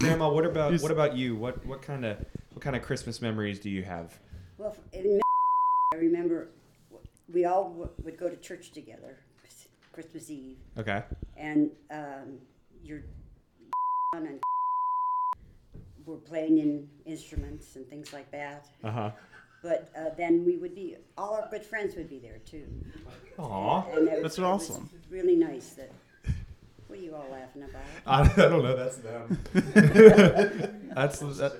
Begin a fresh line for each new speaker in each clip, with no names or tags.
Grandma, what about
He's-
what about you? What what kind of what kind of Christmas memories do you have?
Well, in, I remember we all w- would go to church together, Christmas Eve,
Okay.
and um, your and were playing in instruments and things like that.
Uh huh.
But uh, then we would be all our good friends would be there too.
Aw,
And that
That's
was, it was
awesome.
really nice. That what are you all laughing about?
I, I don't know. That's them. that's that,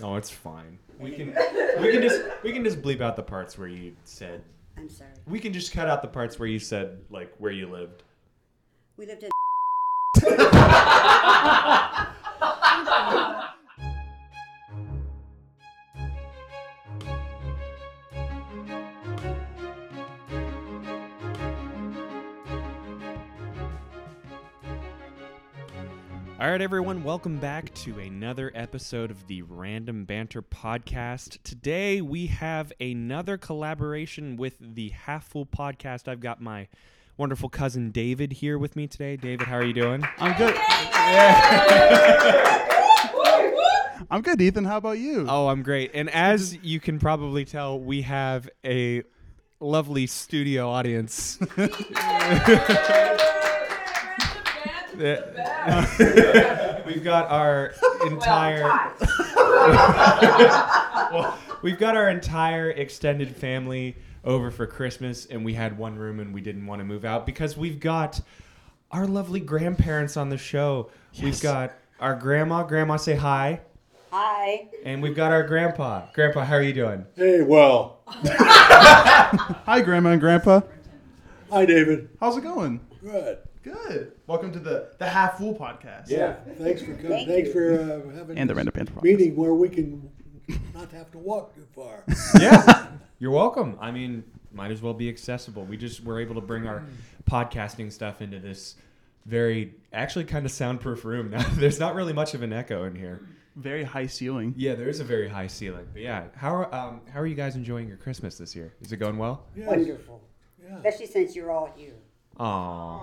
no, it's fine. We can we can just we can just bleep out the parts where you said
I'm sorry.
we can just cut out the parts where you said like where you lived.
We lived in.
All right, everyone, welcome back to another episode of the Random Banter Podcast. Today we have another collaboration with the Half Full Podcast. I've got my wonderful cousin David here with me today. David, how are you doing?
I'm good. I'm good, Ethan. How about you?
Oh, I'm great. And as you can probably tell, we have a lovely studio audience. Uh, We've got our entire well, we've got our entire extended family over for Christmas, and we had one room and we didn't want to move out because we've got our lovely grandparents on the show. We've got our grandma. Grandma, say hi.
Hi.
And we've got our grandpa. Grandpa, how are you doing?
Hey, well,
Hi, Grandma and Grandpa.
hi, David.
How's it going?
Good.
Good. Welcome to the the Half Fool podcast.
Yeah. Thanks for coming.
Thank
Thanks
you.
for uh, having
And the
this
Random Panther podcast.
meeting where we can not have to walk too far.
yeah you're welcome i mean might as well be accessible we just were able to bring our podcasting stuff into this very actually kind of soundproof room now there's not really much of an echo in here
Very high ceiling.
yeah there is a very high ceiling but yeah how are um, how are you guys enjoying your christmas this year is it going well
Yes.
Wonderful.
Yeah.
Especially since you're all here.
Aww.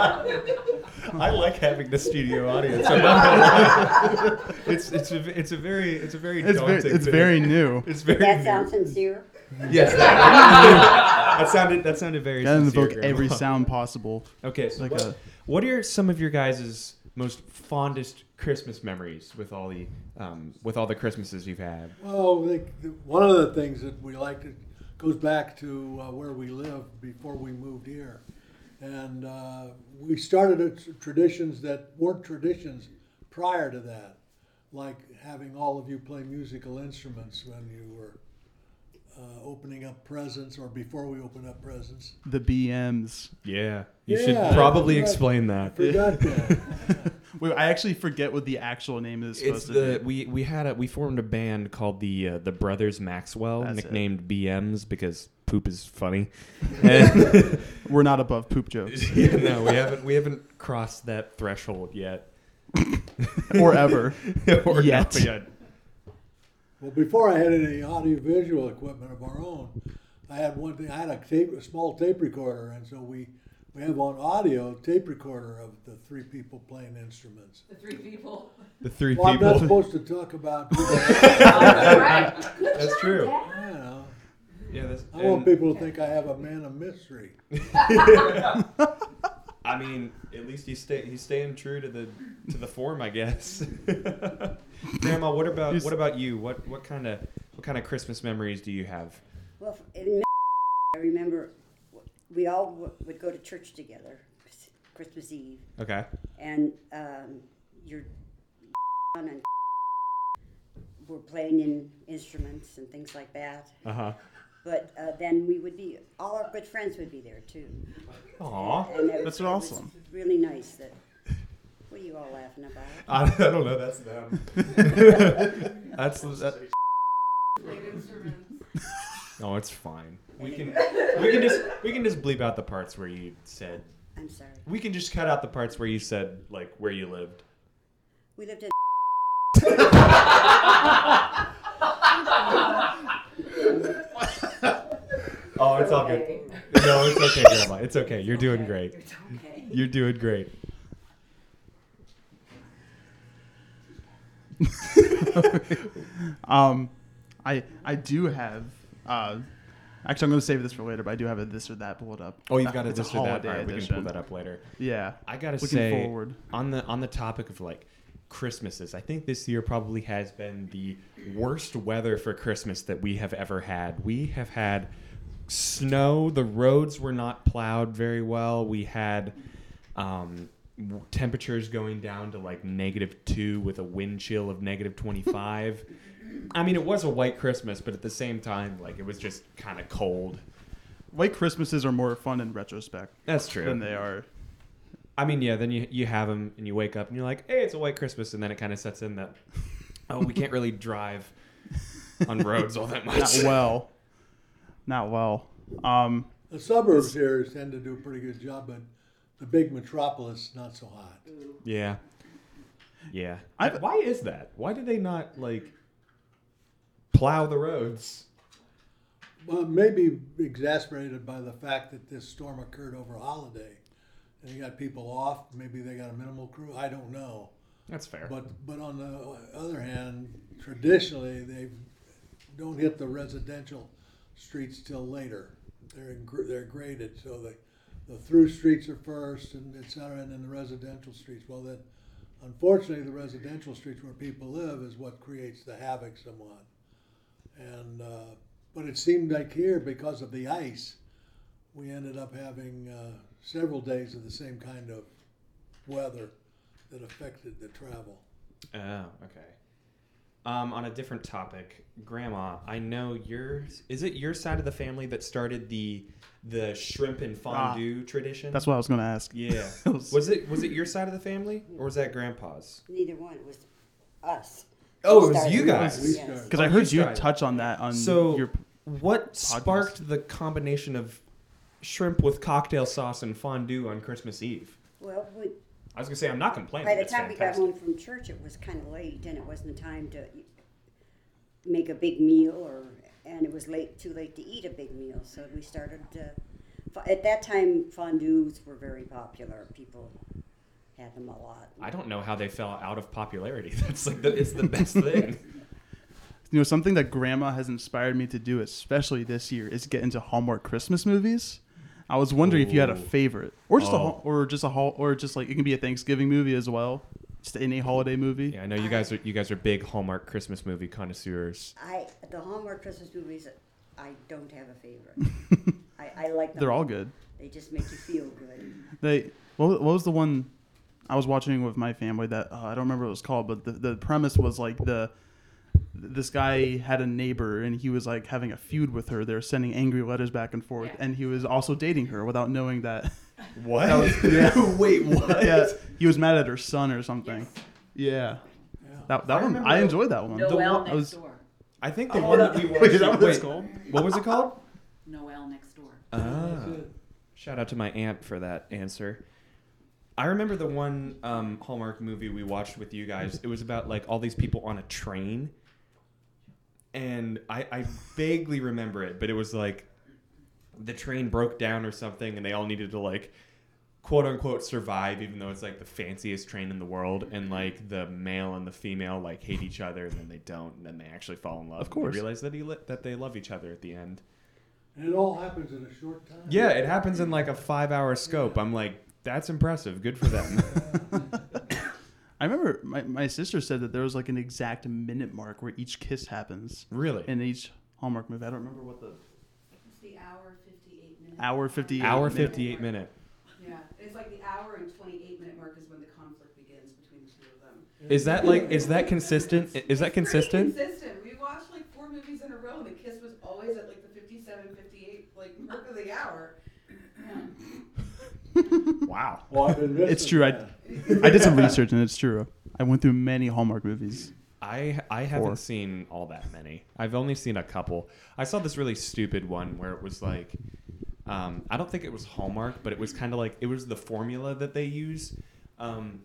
I like having the studio audience. I'm not gonna lie. it's it's a, it's a very it's a very
It's very,
daunting
it's
thing.
very new.
it's very
That
new.
sounds sincere.
Yes. That, that sounded that sounded very.
Gotta
sincere,
invoke every
Grandma.
sound possible.
Okay, so
like
what,
a-
what are some of your guys' most fondest Christmas memories with all the um, with all the Christmases you've had?
Well, I think the- one of the things that we liked it goes back to uh, where we lived before we moved here, and uh, we started at s- traditions that weren't traditions prior to that, like having all of you play musical instruments when you were uh, opening up presents or before we opened up presents.
The BMs.
Yeah, you
Yeah.
should probably
Yeah.
explain that.
Forgot that.
Wait, I actually forget what the actual name is supposed
It's
to
the
be.
we we had a we formed a band called the uh, the Brothers Maxwell,
That's it.
nicknamed BMs because poop is funny. And-
We're not above poop jokes
yeah, no, we haven't we haven't crossed that threshold yet.
or ever.
Or
Yet.
not yet.
Well, before I had any audiovisual equipment of our own, I had one thing. I had a tape, a small tape recorder, and so we we have on audio tape recorder of the three people playing instruments.
The three people.
The three
Well, I'm not
people.
supposed to talk about. you
right.
That's true.
know,
Yeah, that's,
I want
and-
people to think I have a man of mystery.
I mean, at least he's stay, he's staying true to the to the form, I guess. Grandma, what about
He's-
what about you? What what kind of what kind of Christmas memories do you have?
Well, in, I remember we all w- would go to church together, Christmas Eve,
Okay.
and um, your and were playing in instruments and things like that.
Uh huh.
But uh, then we would be all our good friends would be there too.
Aw,
And that
That's
was, it was
awesome.
really nice. That what are you all laughing
Uh,
about?
I, I don't know. That's them. that's that, no, it's fine. We can we can just we can just bleep out the parts where you said
I'm sorry.
we can just cut out the parts where you said like where you lived.
We lived in.
Oh, it's all good. No, it's okay, Grandma. It's okay. You're doing great.
It's okay.
You're doing great.
Um, I I do have. Uh, actually, I'm going to save this for later, but I do have a this or that pulled up.
Oh, you've
Uh,
got to
it's a
this or that.
holiday
All right, we can
edition.
pull that up later.
Yeah.
I gotta
Looking
say,
forward.
on the on the topic of like Christmases, I think this year probably has been the worst weather for Christmas that we have ever had. We have had snow. The roads were not plowed very well. We had um, w- temperatures going down to like negative two with a wind chill of negative twenty five. I mean, it was a white Christmas, but at the same time, like it was just kind of cold.
White Christmases are more fun in retrospect
That's true.
than they are.
I mean, yeah. Then you you have them, and you wake up, and you're like, "Hey, it's a white Christmas," and then it kind of sets in that, oh, we can't really drive on roads all that
Not
much.
well. Not well. Um,
The suburbs here tend to do a pretty good job, but the big metropolis not so hot.
yeah, yeah.
I've-
Why is that? Why do they not like plow the roads?
Well, maybe exasperated by the fact that this storm occurred over a holiday, and you got people off. Maybe they got a minimal crew. I don't know.
That's fair.
But but on the other hand, traditionally they don't hit the residential streets till later. They're in, gr- they're graded, so the the through streets are first, and et cetera, and then the residential streets. Well, then, unfortunately, the residential streets where people live is what creates the havoc somewhat. And uh, but it seemed like here because of the ice, we ended up having uh, several days of the same kind of weather that affected the travel.
oh, okay. Um, on a different topic, Grandma, I know yours. Is it your side of the family that started the the shrimp and fondue tradition?
Ah, that's what I was going to ask.
yeah.
It was-
was it was it your side of the family, or was that Grandpa's?
Neither one. It was us.
Oh, it was
Started
you
with
guys.
us,
We
yes.
started.
Because
Oh,
I heard
you
you
tried it.
touch on that on
So
your.
what sparked the combination of shrimp with cocktail sauce and fondue on Christmas Eve?
Well, we,
I was gonna say I'm not complaining.
by the
it's
time
fantastic.
we got home from church, it was kind of late, and it wasn't the time to make a big meal, or and it was late, too late to eat a big meal. So we started. To, fo- at that time, fondues were very popular. People had them a lot.
I don't know how they fell out of popularity. That's like the, it's the best thing.
You know, something that grandma has inspired me to do, especially this year, is get into Hallmark Christmas movies. I was wondering if you had a
Ooh.
favorite, or just a,
Oh.
hol- or just a hol- or just like it can be a Thanksgiving movie as well, just any holiday movie.
Yeah, I know you guys are you guys are big Hallmark Christmas movie connoisseurs.
I the Hallmark Christmas movies. I don't have a favorite. I, I like them.
They're all good.
They just make you feel good.
They what, what was the one I was watching with my family that uh, I don't remember what it was called, but the, the premise was like the this guy had a neighbor and he was like having a feud with her. They were sending angry letters back and forth,
Yeah.
and he was also dating her without knowing that.
What?
Wait, what? yeah, he was mad at her son or something. Yeah,
Yeah.
that
I
that one
remember
I
that-
enjoyed that one.
Noel
one- I
next
was-
door.
I think the one that we watched.
Wait, is that what it's
wait,
called?
what was it called?
Noel next door.
Ah.
That's it.
Shout out to my aunt for that answer. I remember the one um, Hallmark movie we watched with you guys. It was about like all these people on a train, and I, I vaguely remember it, but it was like the train broke down or something, and they all needed to like quote unquote survive, even though it's like the fanciest train in the world, and like the male and the female like hate each other, and then they don't, and then they actually fall in love.
Of
and they
course.
realize that he li- that they love each other at the end.
And it all happens in a short time.
Yeah, it happens in like a five hour scope. I'm like, that's impressive. Good for them.
I remember my, my sister said that there was like an exact minute mark where each kiss happens
really?
in each Hallmark movie. I don't remember what the
It's the hour 58 minutes.
Hour 58
hour
minute.
58 minute.
Yeah. It's like the hour and 28 minute mark is when the conflict begins between the two of them.
Is that like, is that consistent? I- Is that
It's pretty
consistent?
consistent. We watched like four movies in a row and the kiss was always at like the 57, 58 like mark of the hour.
Wow.
Well, I've been missing
It's true, I-
that.
I did some research and it's true. I went through many Hallmark movies.
I I haven't
Four.
seen all that many. I've only seen a couple. I saw this really stupid one where it was like, um, I don't think it was Hallmark, but it was kind of like it was the formula that they use. Um,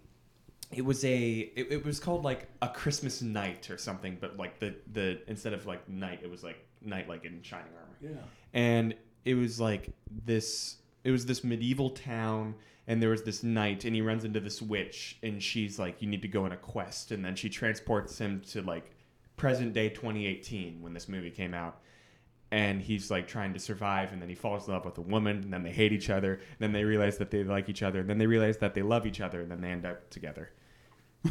it was a it, it was called like a Christmas night or something, but like the the instead of like night, it was like night like in shining armor.
Yeah.
and it was like this it was this medieval town and there was this knight and he runs into this witch and she's like you need to go on a quest and then she transports him to like present day 2018 when this movie came out and he's like trying to survive and then he falls in love with a woman and then they hate each other and then they realize that they like each other and then they realize that they love each other and then they end up together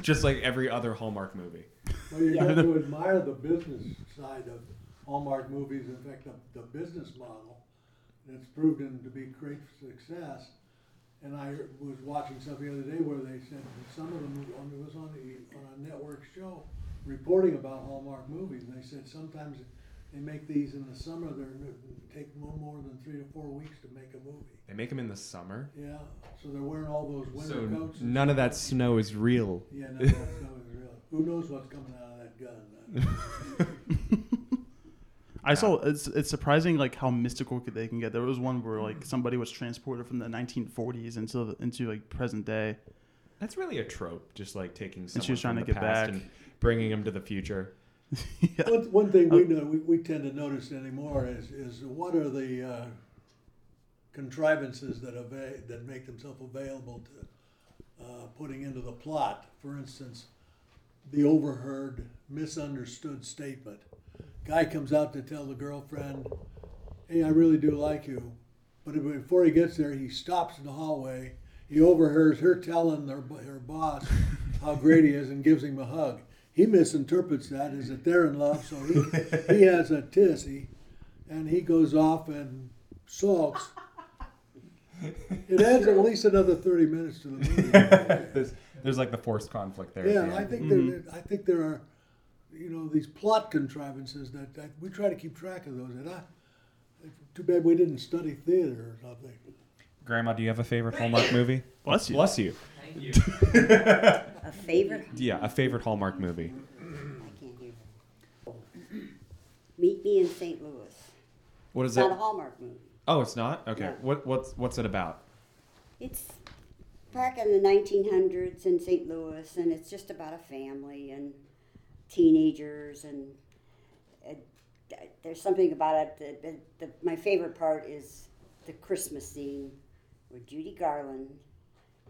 just like every other hallmark movie
Well, you
Yeah.
got to admire the business side of Hallmark movies. In fact, the, the business model that's proven to be great success. And I was watching something the other day where they said that some of them on, it was on a, on a network show reporting about Hallmark movies. And they said sometimes they make these in the summer. They take no more than three to four weeks to make a movie.
they make them in the summer
Yeah, so they're wearing all those winter
so
coats. and
none of
stuff.
that snow is real
Yeah, no, that's not real. Who knows what's coming out of that gun? uh,
I saw it's it's surprising like how mystical could- they can get. There was one where like somebody was transported from the 1940s into the, into like present day.
That's really a trope, just like taking someone
And she was
from
trying
the
to get
past
back.
and bringing them to the future.
yeah.
One, one thing we
Uh,
know, we, we tend to notice anymore is, is what are the uh, contrivances that ava- that make themselves available to uh, putting into the plot? For instance, the overheard, misunderstood statement. Guy comes out to tell the girlfriend, "Hey, I really do like you," but before he gets there, he stops in the hallway. He overhears her telling her, her boss how great he is and gives him a hug. He misinterprets that as that they're in love, so he, he has a tizzy, and he goes off and sulks. It adds at least another thirty minutes to the movie.
there's, there's like the forced conflict there. at the
Yeah,
end.
I think there, I think there are, you know, these plot contrivances that, that we try to keep track of those. And I, too bad we didn't study theater or something.
Grandma, do you have a favorite Hallmark movie?
Bless you.
Bless you.
Thank you.
A favorite?
Yeah, a favorite Hallmark movie.
I can't hear. Meet me in St. Louis.
What is
It's not a
that?
Hallmark movie.
Oh, it's not. Okay.
No.
What what's what's it about?
It's back in the 1900s in St. Louis, and it's just about a family and teenagers, and uh, d- there's something about it. That, that, that my favorite part is the Christmas scene where Judy Garland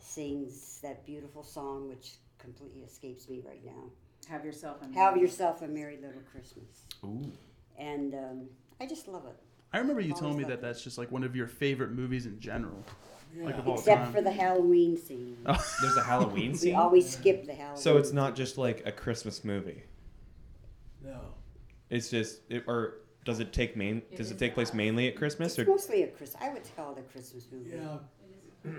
sings that beautiful song, which completely escapes me right now.
Have yourself a
Have
merry-
yourself a merry little Christmas,
Ooh.
and um, I just love it.
I remember you telling me that that's just like one of your favorite movies in general. Like
Yeah.
of all
Except
time.
for the Halloween scene.
There's a Halloween
We
scene.
always skip the Halloween.
Oh, So it's not just like a Christmas movie.
No.
It's just it, or does it take main?
It
Does it
is
take place
not.
mainly at Christmas
It's
or?
mostly a Chris. I would call it a Christmas movie.
Yeah.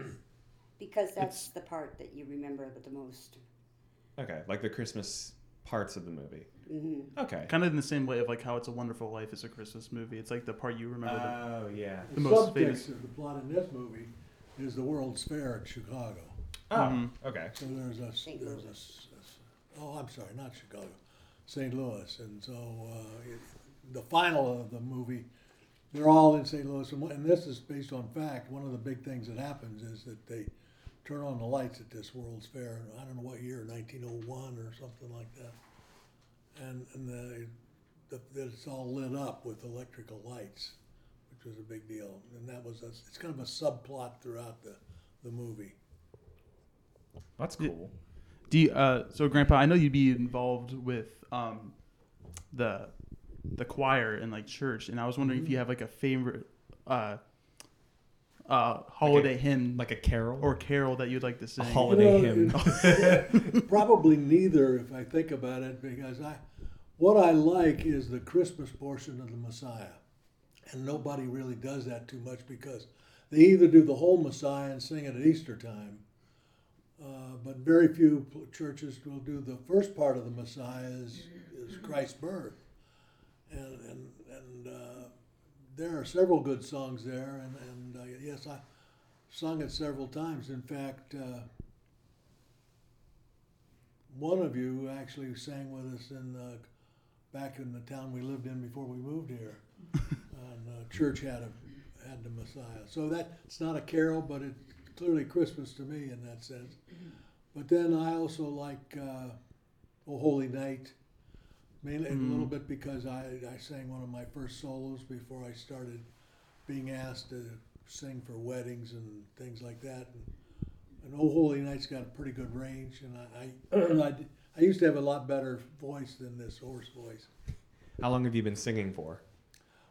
Because that's the part that you remember the most.
Okay, like the Christmas parts of the movie.
hmm
Okay.
Kind of in the same way of like how It's a Wonderful Life is a Christmas movie. It's like the part you remember. the-
Oh yeah.
The,
The most
subtext
famous-
of the plot in this movie is the World's Fair in Chicago.
Oh.
Mhm.
Okay.
So there's a s-
St.
there's
Louis.
a, s- a s- oh I'm sorry, not Chicago, St. Louis, and so uh, it, the final of the movie, they're all in St. Louis, and, one- and this is based on fact. One of the big things that happens is that they turn on the lights at this World's Fair. and I don't know what year, 1901 or something like that, and and the, the, it's all lit up with electrical lights, which was a big deal, and that was a, it's kind of a subplot throughout the the movie.
That's cool.
Do you, uh, so, Grandpa, I know you'd be involved with um, the the choir and like church, and I was wondering if
Mm-hmm.
you have like a favorite uh, uh, holiday hymn
Like a carol.
or carol that you'd like to sing.
holiday.
You know,
hymn.
it- probably neither, if I think about it, because I, what I like is the Christmas portion of the Messiah, and nobody really does that too much because they either do the whole Messiah and sing it at Easter time, uh, but very few pl- churches will do the first part of the Messiah is, is Christ's birth, and and and. Uh, there are several good songs there, and, and uh, yes, I sung it several times. In fact, uh, one of you actually sang with us in the, back in the town we lived in before we moved here. and uh, church had a, had the Messiah. So that it's not a carol, but it's clearly Christmas to me in that sense. But then I also like uh, O Holy Oh Night, mainly and a little bit because I, I sang one of my first solos before I started being asked to sing for weddings and things like that. And, and Oh Holy Night's got a pretty good range, and I, I, I, I used to have a lot better voice than this hoarse voice.
How long have you been singing for?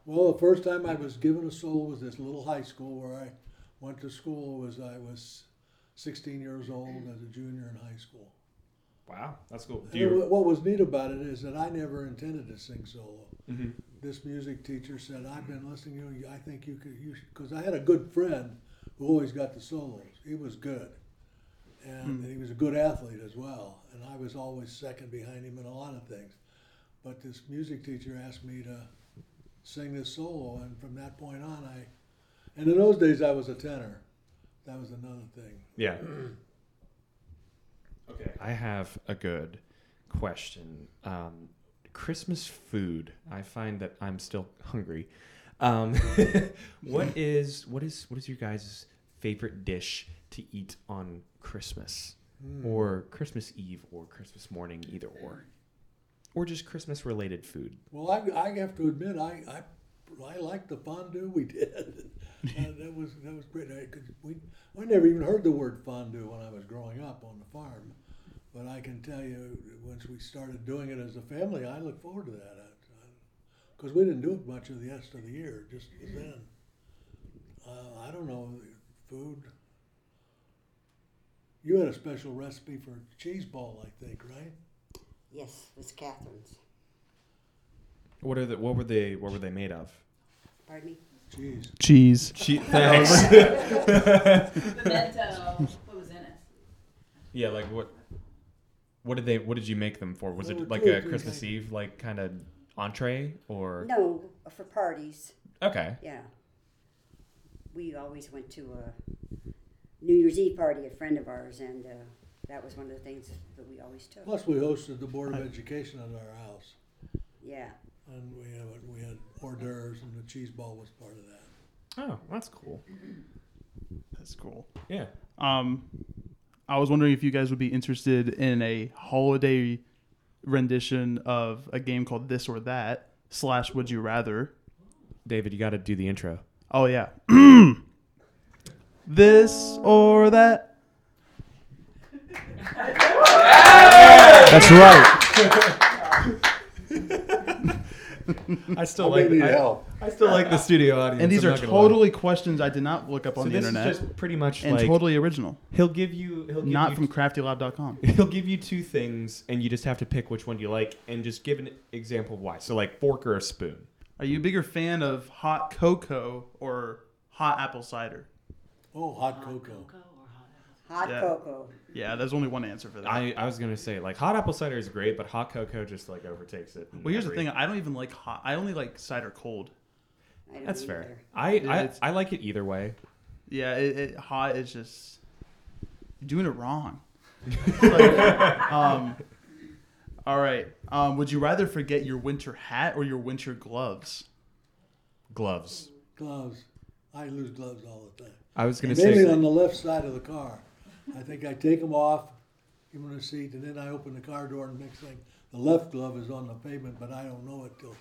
Well, the first time I was given a solo was this little high school where I went to school was I was 16 years old as a junior in high school.
Wow, that's cool. Do
And
you,
wha- what was neat about it is that I never intended to sing solo.
Mhm.
This music teacher said, "I've been listening to you. I think you could you because I had a good friend who always got the solos. He was good, and he was a good athlete as well. And I was always second behind him in a lot of things. But this music teacher asked me to sing this solo, and from that point on, I and in those days I was a tenor. That was another thing.
Yeah. okay. I have a good question. Um, Christmas food. I find that I'm still hungry. Um, what is what is what is your guys' favorite dish to eat on Christmas or Christmas Eve or Christmas morning, either or, or just Christmas related food?
Well, I, I have to admit, I, I, I liked the fondue we did. Uh, that was that was great. I could, we I never even heard the word fondue when I was growing up on the farm, but I can tell you once we started doing it as a family, I look forward to that. Because we didn't do it much of the rest of the year, just then. Uh, I don't know food. You had a special recipe for cheese ball, I think, right?
Yes, it's Catherine's.
What are the what were they what were they made of?
Pardon me?
Cheese.
Cheese.
thanks.
Memento. what was in it?
Yeah, like what? What did they? What did you make them for? Was
There were
it like
two or
a
three
Christmas
kinds.
Eve like kind of entree or?
No, for parties.
Okay.
Yeah. We always went to a New Year's Eve party, a friend of ours, and uh, that was one of the things that we always took.
Plus, we hosted the Board of Education at our house,
Yeah.
and we had, we had hors d'oeuvres, and the cheese ball was part of that.
Oh, that's cool.
That's cool.
Yeah.
Um, I was wondering if you guys would be interested in a holiday rendition of a game called This or That slash Would You Rather.
David, you got to do the intro.
Oh yeah. this or that. That's right.
I still
I may need help.
I still like the studio audience.
And these are totally questions I did not look up on
so
the
this
internet
is just pretty much
and
like
totally original.
he'll give you he'll give
Not
you
from craftylab.com.
He'll give you two things, and you just have to pick which one you like, and just give an example of why. So, like fork or a spoon.
Are you a bigger fan of hot cocoa or hot apple cider?
Oh, hot cocoa.
Hot
Yeah.
cocoa.
Yeah, there's only one answer for that.
I, I was gonna say like hot apple cider is great, but hot cocoa just like overtakes it. in
well, here's the
every-
thing. I don't even like hot. I only like cider cold.
I don't
That's
know
fair.
either.
I, I
it's-
I like it either way.
Yeah, it, it hot is just you're doing it wrong. Like, um, all right. Um, would you rather forget your winter hat or your winter gloves?
Gloves.
Gloves. I lose gloves all the time.
I was gonna
Mainly
say
on the left side of the car. I think I take them off, give them a seat, and then I open the car door, and next thing, the left glove is on the pavement, but I don't know it till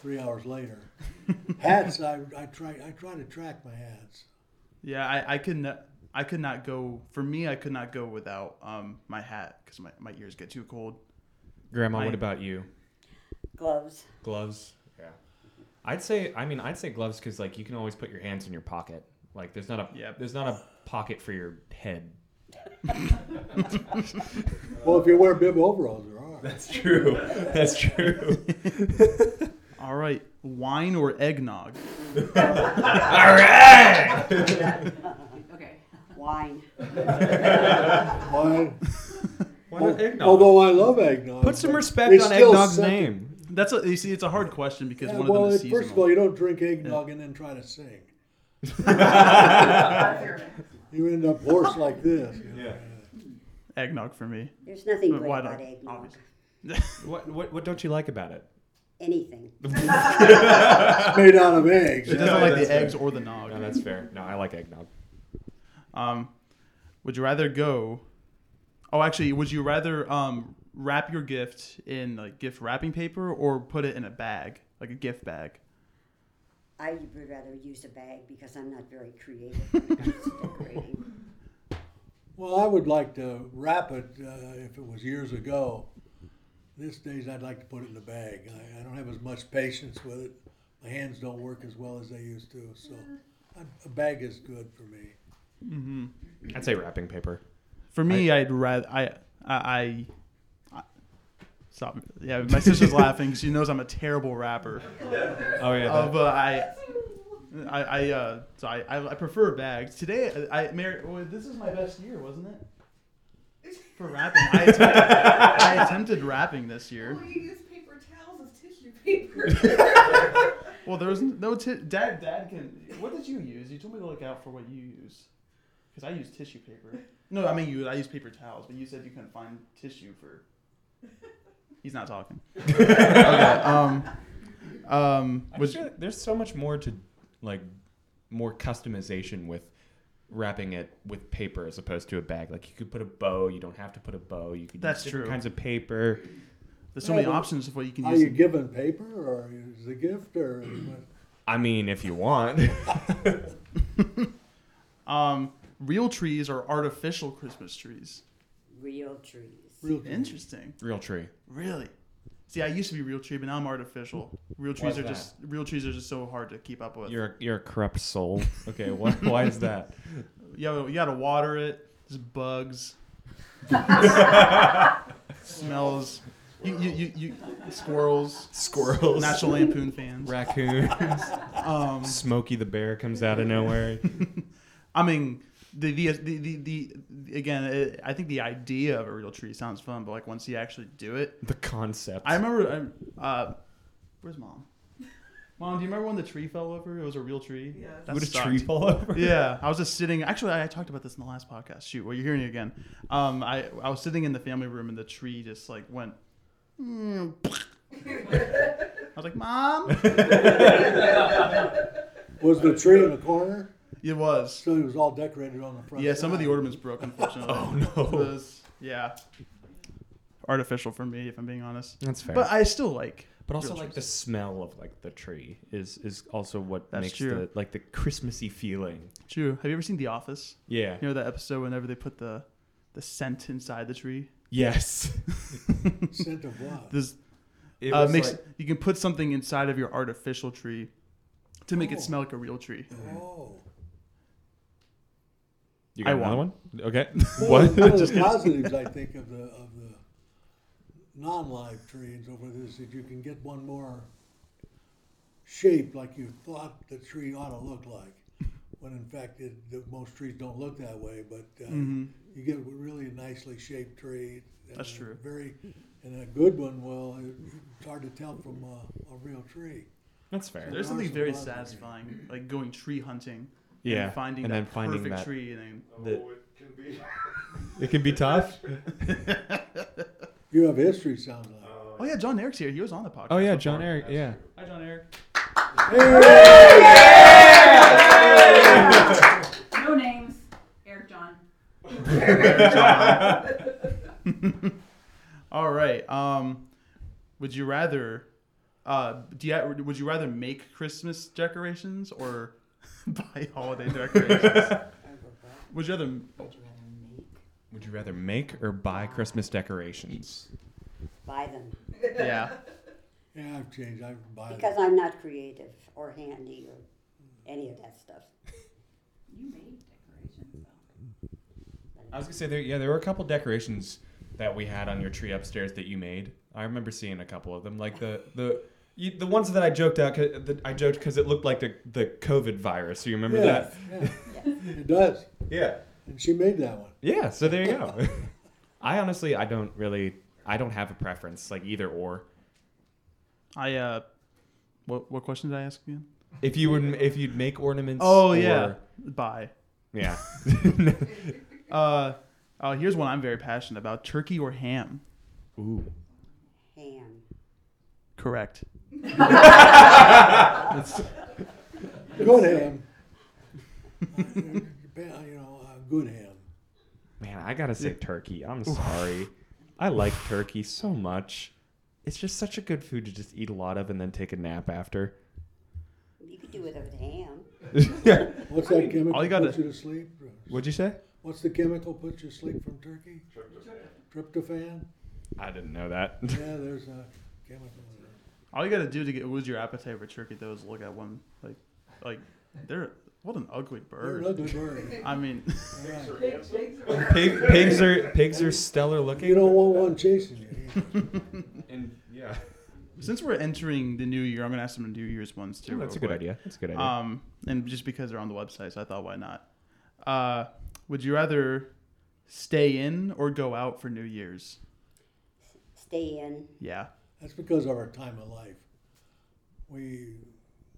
three hours later. Hats, I, I try I try to track my hats.
Yeah, I, I could not. I could not go. For me, I could not go without um, my hat because my, my ears get too cold.
Grandma, what
Mine-
about you?
Gloves.
Gloves. Yeah. I'd say I mean I'd say gloves because like you can always put your hands in your pocket. Like there's not a
Yep.
there's not a pocket for your head.
Well, if you wear bib overalls, there are.
That's true. That's true.
All right, wine or eggnog?
Okay.
Wine.
Mine-
Why not eggnog?
Although I love eggnog.
Put some
but
respect
it's
on
still
eggnog's
second-
name.
That's a, you see, it's a hard question because
Yeah,
one of
well,
them is
it-
seasonal.
first of all, you don't drink eggnog and then try to sing. You end up hoarse like this. you know.
eggnog for me.
There's nothing
But
good
why
about
not?
eggnog.
Obviously.
What, what what don't you like about it?
Anything.
It's made out of eggs.
She doesn't
No,
like
that's
the
fair.
eggs or the nog.
No, that's fair. No, I like eggnog.
Um, would you rather go? Oh, actually, would you rather um, wrap your gift in like gift wrapping paper or put it in a bag, like a gift bag.
I would rather use a bag because I'm not very creative when it comes to decorating.
Well, I would like to wrap it uh, if it was years ago. These days, I'd like to put it in the bag. I, I don't have as much patience with it. My hands don't work as well as they used to, so a, a bag is good for me.
I'd say wrapping paper.
For me, I, would rather I I. I Stop. Yeah, my sister's laughing. She knows I'm a terrible rapper.
Oh yeah.
Uh, but I, I, I, uh, so I, I, I prefer bags. Today, I, I Mary, well, this is my best year, wasn't it? For rapping, I attempted, I attempted rapping this year.
Well, you use paper towels as tissue paper.
Well, there was no t- dad. Dad can. What did you use? You told me to look out for what you use, because I use tissue paper. No, I mean you. I use paper towels, but you said you couldn't find tissue for. He's not talking. okay. Um. Um.
I
Which,
feel like there's so much more to like more customization with wrapping it with paper as opposed to a bag. Like you could put a bow, you don't have to put a bow. You could
That's
use different
true.
kinds of paper.
there's so many options of what you can
Are
use.
you given paper, or is it a gift, or what?
I mean, if you want.
Um, real trees are artificial Christmas trees.
Real trees.
real?
Interesting.
Real tree.
Really? See, I used to be real tree, but now I'm artificial. Real trees
Why's
are
that?
just real trees are just so hard to keep up with.
You're a, you're a corrupt soul. Okay, why, why is that?
You gotta, you gotta water it. There's bugs. smells. You, you, you, you squirrels.
Squirrels,
National Lampoon fans.
raccoons.
Um,
Smokey the bear comes out of nowhere.
I mean, the the the the, the again, it, I think the idea of a real tree sounds fun, but like once you actually do it,
The concept.
I remember. I, uh, where's mom? Mom, do you remember when the tree fell over? It was a real tree.
Yeah.
That
Would a
sucked.
tree fall over?
Yeah, I was just sitting. Actually, I talked about this in the last podcast. Shoot, well, you're hearing it again. Um, I I was sitting in the family room and the tree just like went. I was like, "Mom,"
Was the tree in the corner?
it was.
So it was all decorated on the front.
Yeah, some of the
side.
ornaments broke, unfortunately.
Oh, no.
It was- yeah, artificial for me, if I'm being honest.
That's fair.
But I still like.
But also
real
like the
trees.
smell of like the tree is is also what
That's
makes
true.
the like the Christmassy feeling.
True. Have you ever seen The Office?
Yeah.
You know that episode whenever they put the the scent inside the tree.
Yes.
scent of what?
This
It
uh,
was
makes
like-
you can put something inside of your artificial tree to make
Oh.
it smell like a real tree.
Oh,
you
I
got another one.
won.
Okay.
One of the-
what?
one of the positives I think of the of the non-live trees over this is that you can get one more shape like you thought the tree ought to look like, when in fact it, the, most trees don't look that way. But uh, you get a really nicely shaped tree. and
Mm-hmm. That's
a
true.
Very, and a good one. Well, it, it's hard to tell from a, a real tree.
That's fair.
There's
are
something
some
very
bugs in here.
satisfying, like going tree hunting.
Yeah,
And finding
and
that
then finding
perfect
that-
tree and then
The-
Oh, it can be.
It can be tough.
You have history, sounds like.
Oh yeah, John Eric's here. He was on the podcast.
Oh yeah,
before.
John Eric. Yeah.
Hi John Eric.
No names. Eric John.
All right. Um would you rather uh do you, would you rather make Christmas decorations or buy holiday decorations? would you rather
Would you rather make?
Would you rather make or buy Christmas decorations?
Buy them.
yeah.
Yeah, I've changed. I buy
Because I'm not creative or handy or any of that stuff.
You made decorations though.
I was gonna say there. Yeah, there were a couple decorations that we had on your tree upstairs that you made. I remember seeing a couple of them, like the the. You, the ones that I joked out, 'cause- that I joked because it looked like the, the COVID virus. You remember
Yeah,
that?
yeah, it does.
Yeah.
And she made that one.
Yeah, so there you go. I honestly, I don't really, I don't have a preference, like either or.
I uh what what question did I ask again?
If you would, if you'd make ornaments.
Oh
or-
yeah. Buy.
yeah.
Uh, uh, here's one I'm very passionate about: turkey or ham.
Ooh,
Ham.
Correct.
Good ham. Uh, Japan, you know, uh, good ham.
man, I gotta say turkey. I'm sorry. I like turkey so much. It's just such a good food to just eat a lot of and then take a nap after.
You could do it with ham.
What's that chemical
all you
that
gotta-
puts you to sleep?
What'd you say?
What's the chemical puts you to sleep from turkey? Tryptophan.
I didn't know that.
Yeah, there's a chemical. in there.
All you gotta do to get lose your appetite for turkey though is look at one like, like they're what an ugly
They're an
bird.
ugly bird.
I mean,
All right.
Pigs, pigs are
Pig, pigs are pigs are stellar
You
looking.
don't want one chasing you. either.
And yeah,
since we're entering the new year, I'm gonna ask some New Year's ones too.
that's a good
real quick.
idea. That's a good idea.
Um, and just because they're on the website, so I thought, why not? Uh, would you rather stay in or go out for New Year's?
Stay in.
Yeah,
That's because of our time of life. We,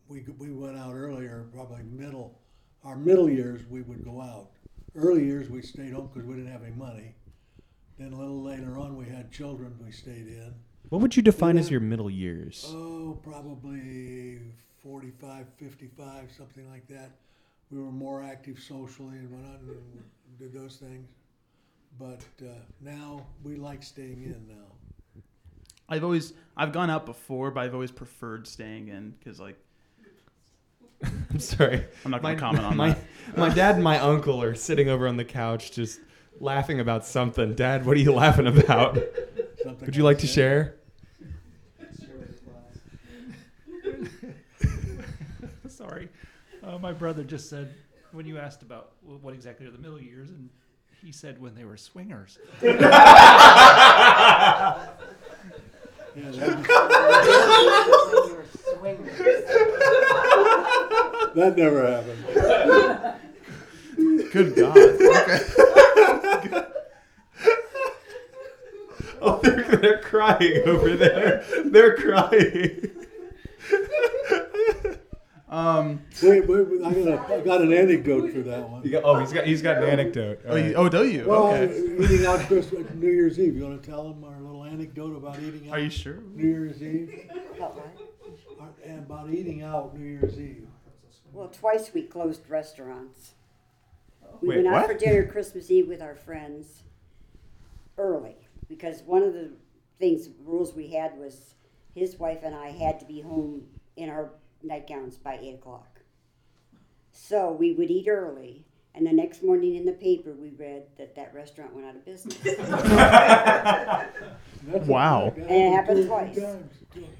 we, we went out earlier, probably middle, our middle years, we would go out. Early years, we stayed home because we didn't have any money. Then a little later on, we had children, we stayed in.
what would you define as your middle years?
Oh, probably 45, 55, something like that. We were more active socially and went out and did those things. But uh, now we like staying in now.
I've always I've gone out before, but I've always preferred staying in because like
I'm sorry.
I'm not gonna comment on
my,
that.
My dad and my uncle are sitting over on the couch just laughing about something. Dad, what are you laughing about?
Something
Would you like to
that.
share?
Sorry. Uh, my brother just said, when you asked about wh- what exactly are the middle years, and he said when they were swingers.
Yeah, that-
You're swingers.
That never happened.
good God, okay.
Oh, they're, they're crying over there. They're crying.
Um,
Wait, wait, wait, I, got a, I got an anecdote for that one.
You got- oh, he's got he's got an anecdote.
oh, you, oh, do you?
Well,
okay.
eating out Christmas, New Year's Eve. You want to tell them our little anecdote about eating out
Are you sure?
New Year's Eve?
About what?
Our- And about eating out New Year's Eve.
Well, twice we closed restaurants. We
Wait,
went
what?
out for dinner Christmas Eve with our friends early because one of the things rules we had was his wife and I had to be home in our nightgowns by eight o'clock. So we would eat early, and the next morning in the paper we read that that restaurant went out of business.
And that's-
Wow.
that
And it happened
two
twice.
times.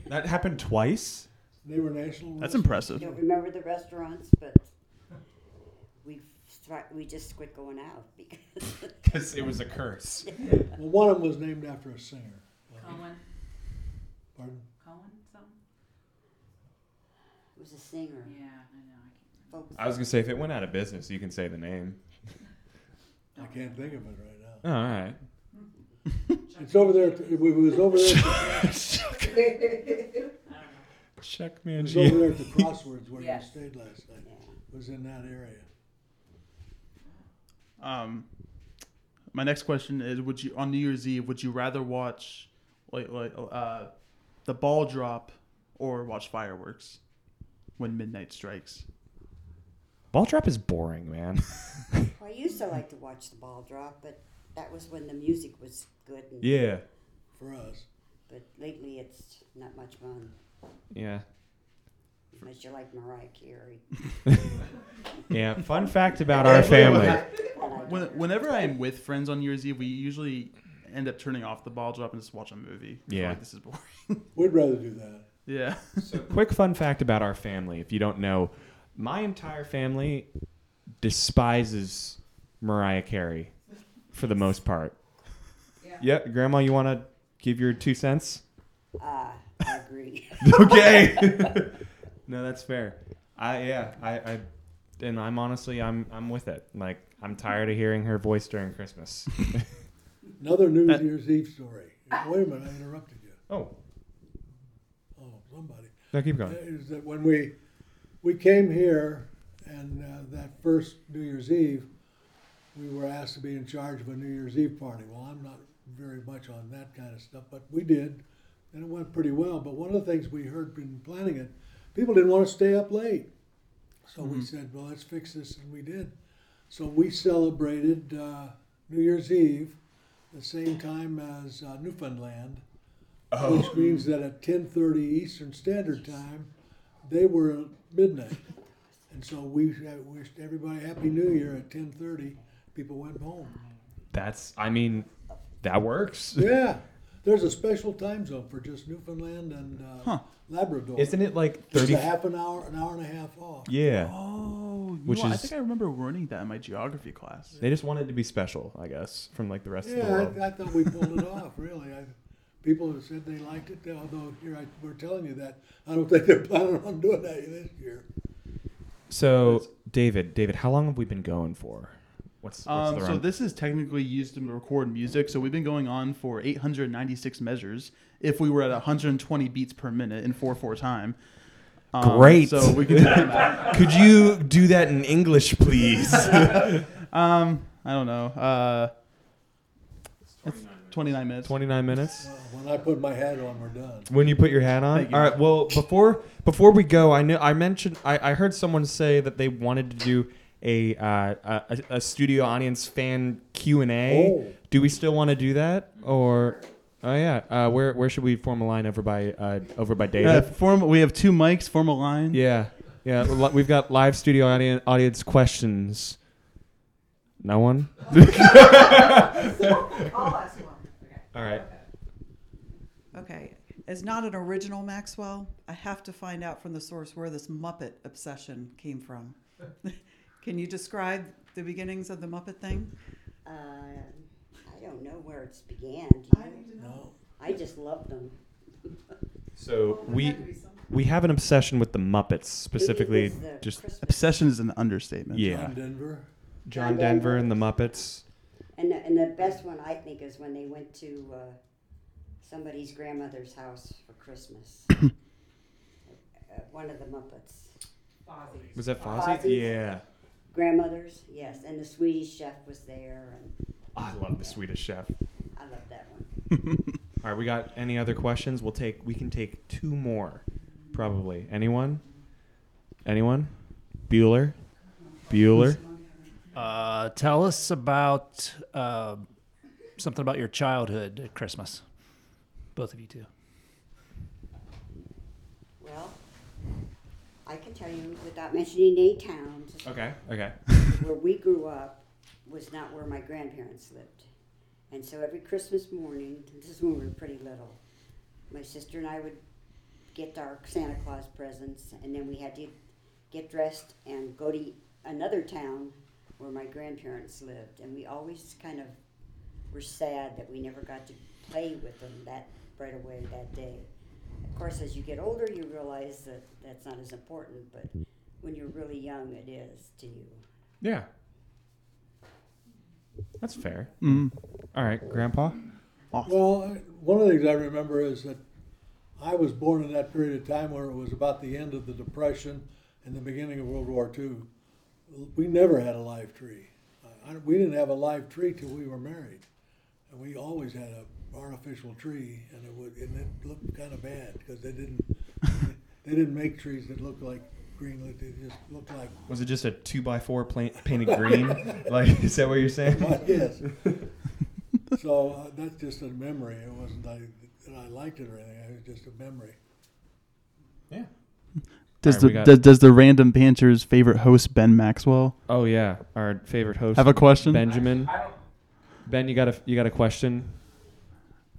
That happened twice.
They were national.
That's
restaurants.
I
impressive.
don't remember the restaurants, but we stri- we just quit going out because
Because it was a curse.
Well, one of them was named after a singer.
Cohen,
Pardon?
Cohen, something.
it was a singer.
Yeah, I know.
Folk
I was gonna say if it went out of business, you can say the name.
I can't think of it right now.
Oh, all right.
It's over there. It was over there. It
Check man.
was over there at the crosswords where
Yes.
you stayed last night.
Yeah.
It was in that area.
Um, my next question is: Would you on New Year's Eve? Would you rather watch like like uh, the ball drop or watch fireworks when midnight strikes?
Ball drop is boring, man.
Well, I used to like to watch the ball drop, but that was when the music was good. And,
yeah.
For us,
But lately, it's not much fun
Yeah.
unless you like Mariah Carey.
Yeah. Fun fact about our family.
And I
When,
don't.
whenever I am with friends on New Year's Eve, we usually end up turning off the ball drop and just watch a movie. I feel
Yeah.
like this is boring.
we'd rather do that.
yeah,
Quick fun fact about our family, if you don't know, my entire family despises Mariah Carey for the most part.
Yeah.
Yeah, Grandma, you want to give your two cents?
Ah, I agree.
okay. no, that's fair. I yeah, I, I and I'm honestly I'm I'm with it. Like I'm tired of hearing her voice during Christmas.
Another New
That-
Year's Eve story. Wait a minute, I interrupted you.
oh,
Oh, somebody.
no, keep
Uh,
going.
Is that when we we came here and uh, that first New Year's Eve, we were asked to be in charge of a New Year's Eve party. Well, I'm not very much on that kind of stuff, but we did, and it went pretty well. But one of the things we heard in planning it, people didn't want to stay up late, so
Mm-hmm.
we said, "Well, let's fix this," and we did. So we celebrated uh, New Year's Eve the same time as uh, Newfoundland,
Oh.
which means that at 10:30 Eastern Standard Time, they were at midnight, and so we uh, wished everybody Happy New Year at 10:30. People went home.
That's, I mean, that works.
Yeah, there's a special time zone for just Newfoundland and uh,
Huh.
Labrador.
Isn't it like
Just
30?
a half an hour, an hour and a half off.
Yeah.
Oh, you
Which
know what? I
is-
think I remember learning that in my geography class.
They just wanted to be special, I guess, from like the rest of the
Yeah,
world.
I, I thought we pulled it off. Really, I, people have said they liked it. Although here I, we're telling you that I don't think they're planning on doing that this year.
So, David, David, how long have we been going for? What's, what's
Um,
the
so
run?
this is technically used to record music. So we've been going on for 896 measures. If we were at 120 beats per minute in four four time, Um,
Great.
So we can do that. math.
Could you do that in English, please?
um, I don't know. Uh, it's 29 minutes.
29 minutes.
Uh, when I put my hat on, we're done.
When you put your hat
Thank
on.
you.
All right. Well, before before we go, I knew I mentioned I, I heard someone say that they wanted to do a uh, a, a- a studio audience fan Q and A.
Oh.
Do we still want to do that or? Oh yeah. Uh, where where should we form a line over by uh, over by
Yeah,
David?
form, we have two mics, form a line.
Yeah. Yeah. li- We've got live studio audience audience questions. No one.
I'll ask one. Okay.
All right.
Okay. As not an original Maxwell, I have to find out from the source where this Muppet obsession came from. Can you describe the beginnings of the Muppet thing?
Uh, I don't know where it's began.
I need to know.
No.
I just love them.
So
Well, there
we
had to be some-
we have an obsession with the Muppets
It- it
specifically.
was the
Just
Christmas-
Obsession is an understatement.
yeah.
John Denver.
John Denver and the Muppets.
And the, and the best one I think is when they went to uh, somebody's grandmother's house for Christmas. uh, one of the Muppets.
Fozzie.
Was that Fozzie?
Fozzie? Fozzie.
Yeah.
Grandmother's, yes. And the Swedish chef was there, and
I love the Swedish Chef.
I love that one.
All right, we got any other questions? We'll take we can take two more, probably. Anyone? Anyone? Bueller. Bueller.
Uh, tell us about uh, something about your childhood at Christmas. Both of you two.
Well, I can tell you without mentioning any towns
Okay. Okay.
where we grew up was not where my grandparents lived. And so every Christmas morning, this is when we were pretty little, my sister and I would get our Santa Claus presents, and then we had to get dressed and go to another town where my grandparents lived. And we always kind of were sad that we never got to play with them that right away that day. Of course, as you get older, you realize that that's not as important, but when you're really young, it is to you.
Yeah. That's fair.
Mm.
All right, Grandpa.
Well, I- one of the things I remember is that I was born in that period of time where it was about the end of the Depression and the beginning of World War II. We never had a live tree. I, I- we didn't have a live tree till we were married, and we always had a artificial tree, and it would and it looked kind of bad because they didn't they didn't make trees that looked like green. They just looked like
Was it just a two by four pla- painted green? like, is that what you're saying?
yes. so uh, that's just a memory. It wasn't like that I liked it or anything. It was just a memory.
Yeah.
Does
All right,
the
we got-
does, does the random Panthers favorite host Ben Maxwell
Oh yeah, our favorite host.
have a question?
Benjamin.
I don't,
Ben, you got a you got a question?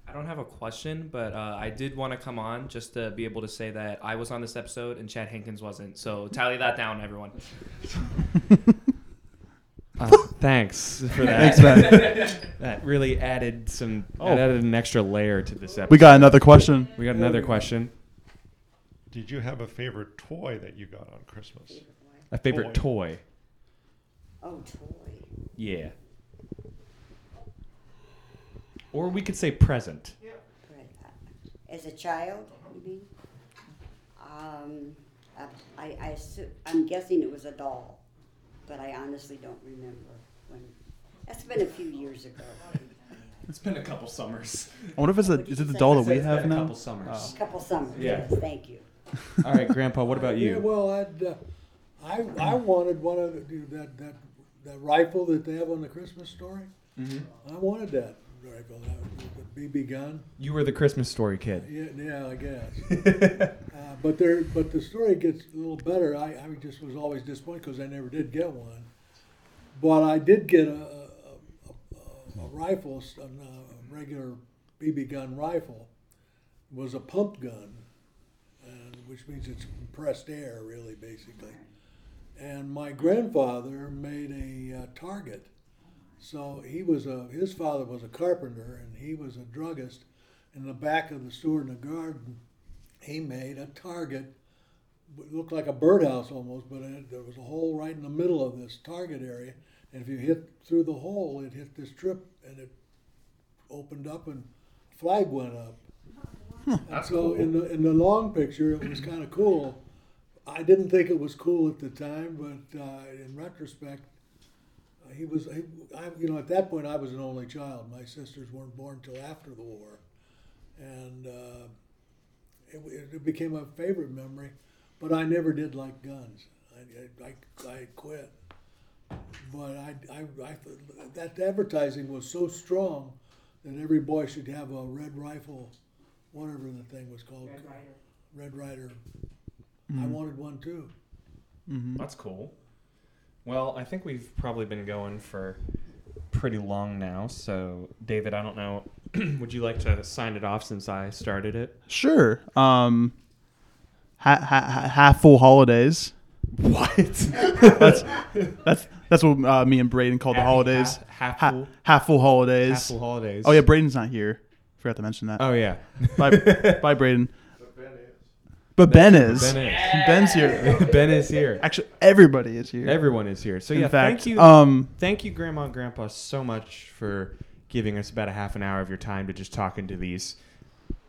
I don't have a question, but uh, I did want to come on just to be able to say that I was on this episode and Chad Hankins wasn't. So tally that down, everyone.
Uh, thanks for that.
Thanks, Ben.
That really added some
Oh.
that added an extra layer to this episode.
we got another question.
we got another question.
Did you have a favorite toy that you got on Christmas?
A favorite toy.
Oh, toy.
Yeah. Or we could say present.
Right. As a child, you mean? Um, I, I, I assu- I'm guessing it was a doll, but I honestly don't remember when. That's been a few years ago,
It's been a couple summers.
I wonder if it's a, is it the doll that Oh, we have now?
summers.
a couple summers.
Yeah.
Yes, thank you.
Oh. All right, Grandpa. What about
Yeah,
you?
well, I'd, uh, I I wanted one
Mm-hmm.
of the, that that that rifle that they have on the Christmas story. I wanted that. rifle. That was a BB gun.
You were the Christmas story kid.
Yeah, yeah, I guess. uh, but there, but the story gets a little better. I, I just was always disappointed because I never did get one. But I did get a, a, a, a rifle, s- a, a regular BB gun rifle, It was a pump gun, and, which means it's compressed air, really, basically. And my grandfather made a uh, target. So he was a his father was a carpenter and he was a druggist. In the back of the store in the garden, he made a target. It looked like a birdhouse almost, but it, there was a hole right in the middle of this target area. And if you hit through the hole, it hit this strip and it opened up and a flag went up. And
That's
so
cool.
in the in the long picture, it was kind of cool. I didn't think it was cool at the time, but uh, in retrospect, uh, he was. He, I, you know, at that point, I was an only child. My sisters weren't born till after the war, and uh, it, it became a favorite memory. But I never did like guns. I I, I quit. But I, I, I that advertising was so strong that every boy should have a red rifle, whatever the thing was called. Red Rider. Red Rider. I
Mhm.
wanted one too.
That's cool. Well, I think we've probably been going for pretty long now. So, David, I don't know. would you like to sign it off since I started it?
Sure. Um, ha- ha- ha- half full holidays. What? that's that's that's what uh, me and Braden call the
Happy
holidays.
half- half
Ha-
full-
half full holidays.
half full holidays.
Oh yeah, Braden's not here. Forgot to mention that.
Oh, yeah.
bye, bye, Braden. But Ben is.
Ben is.
Ben's here.
ben is here.
Actually, everybody is here.
Everyone is here. So
In
yeah,
fact,
thank you.
Um,
thank you, Grandma and Grandpa, so much for giving us about a half an hour of your time to just talking to these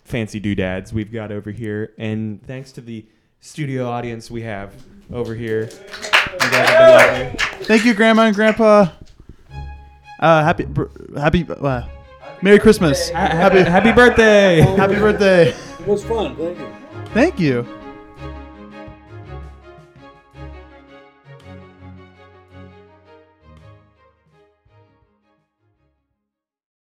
fancy doodads we've got over here. And thanks to the studio audience we have over here. You guys have been lovely.
Thank you, Grandma and Grandpa. Uh, happy, br- happy, uh, Merry Christmas.
Ha- happy- happy birthday.
Happy birthday.
It was fun. Thank you.
Thank you.